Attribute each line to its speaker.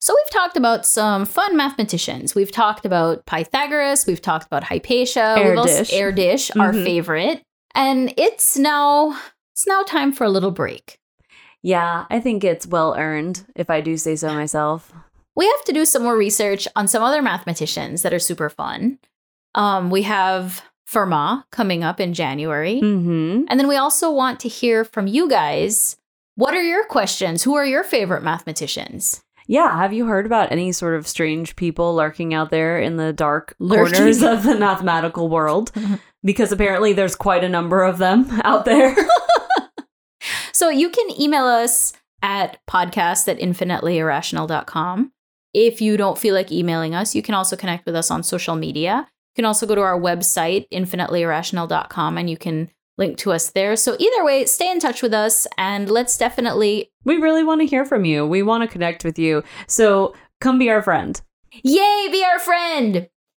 Speaker 1: So we've talked about some fun mathematicians. We've talked about Pythagoras. We've talked about Hypatia.
Speaker 2: Air
Speaker 1: we've also-
Speaker 2: Dish.
Speaker 1: Air Dish, our
Speaker 2: Mhm.
Speaker 1: favorite. And it's now it's now time for a little break.
Speaker 2: Yeah, I think it's well earned, if I do say so myself.
Speaker 1: we have to do some more research on some other mathematicians that are super fun. Um, we have Fermat coming up in January.
Speaker 2: Mm-hmm.
Speaker 1: And then we also want to hear from you guys. What are your questions? Who are your favorite mathematicians?
Speaker 2: Yeah, have you heard about any sort of strange people lurking out there in the dark
Speaker 1: Lurking.
Speaker 2: corners of the mathematical world? Because apparently there's quite a number of them out there.
Speaker 1: So you can email us at podcast at infinitelyirrational.com. If you don't feel like emailing us, you can also connect with us on social media. You can also go to our website, infinitelyirrational.com, and you can link to us there. So either way, stay in touch with us and let's definitely,
Speaker 2: we really want to hear from you. We want to connect with you. So come be our friend.
Speaker 1: yay, be our friend.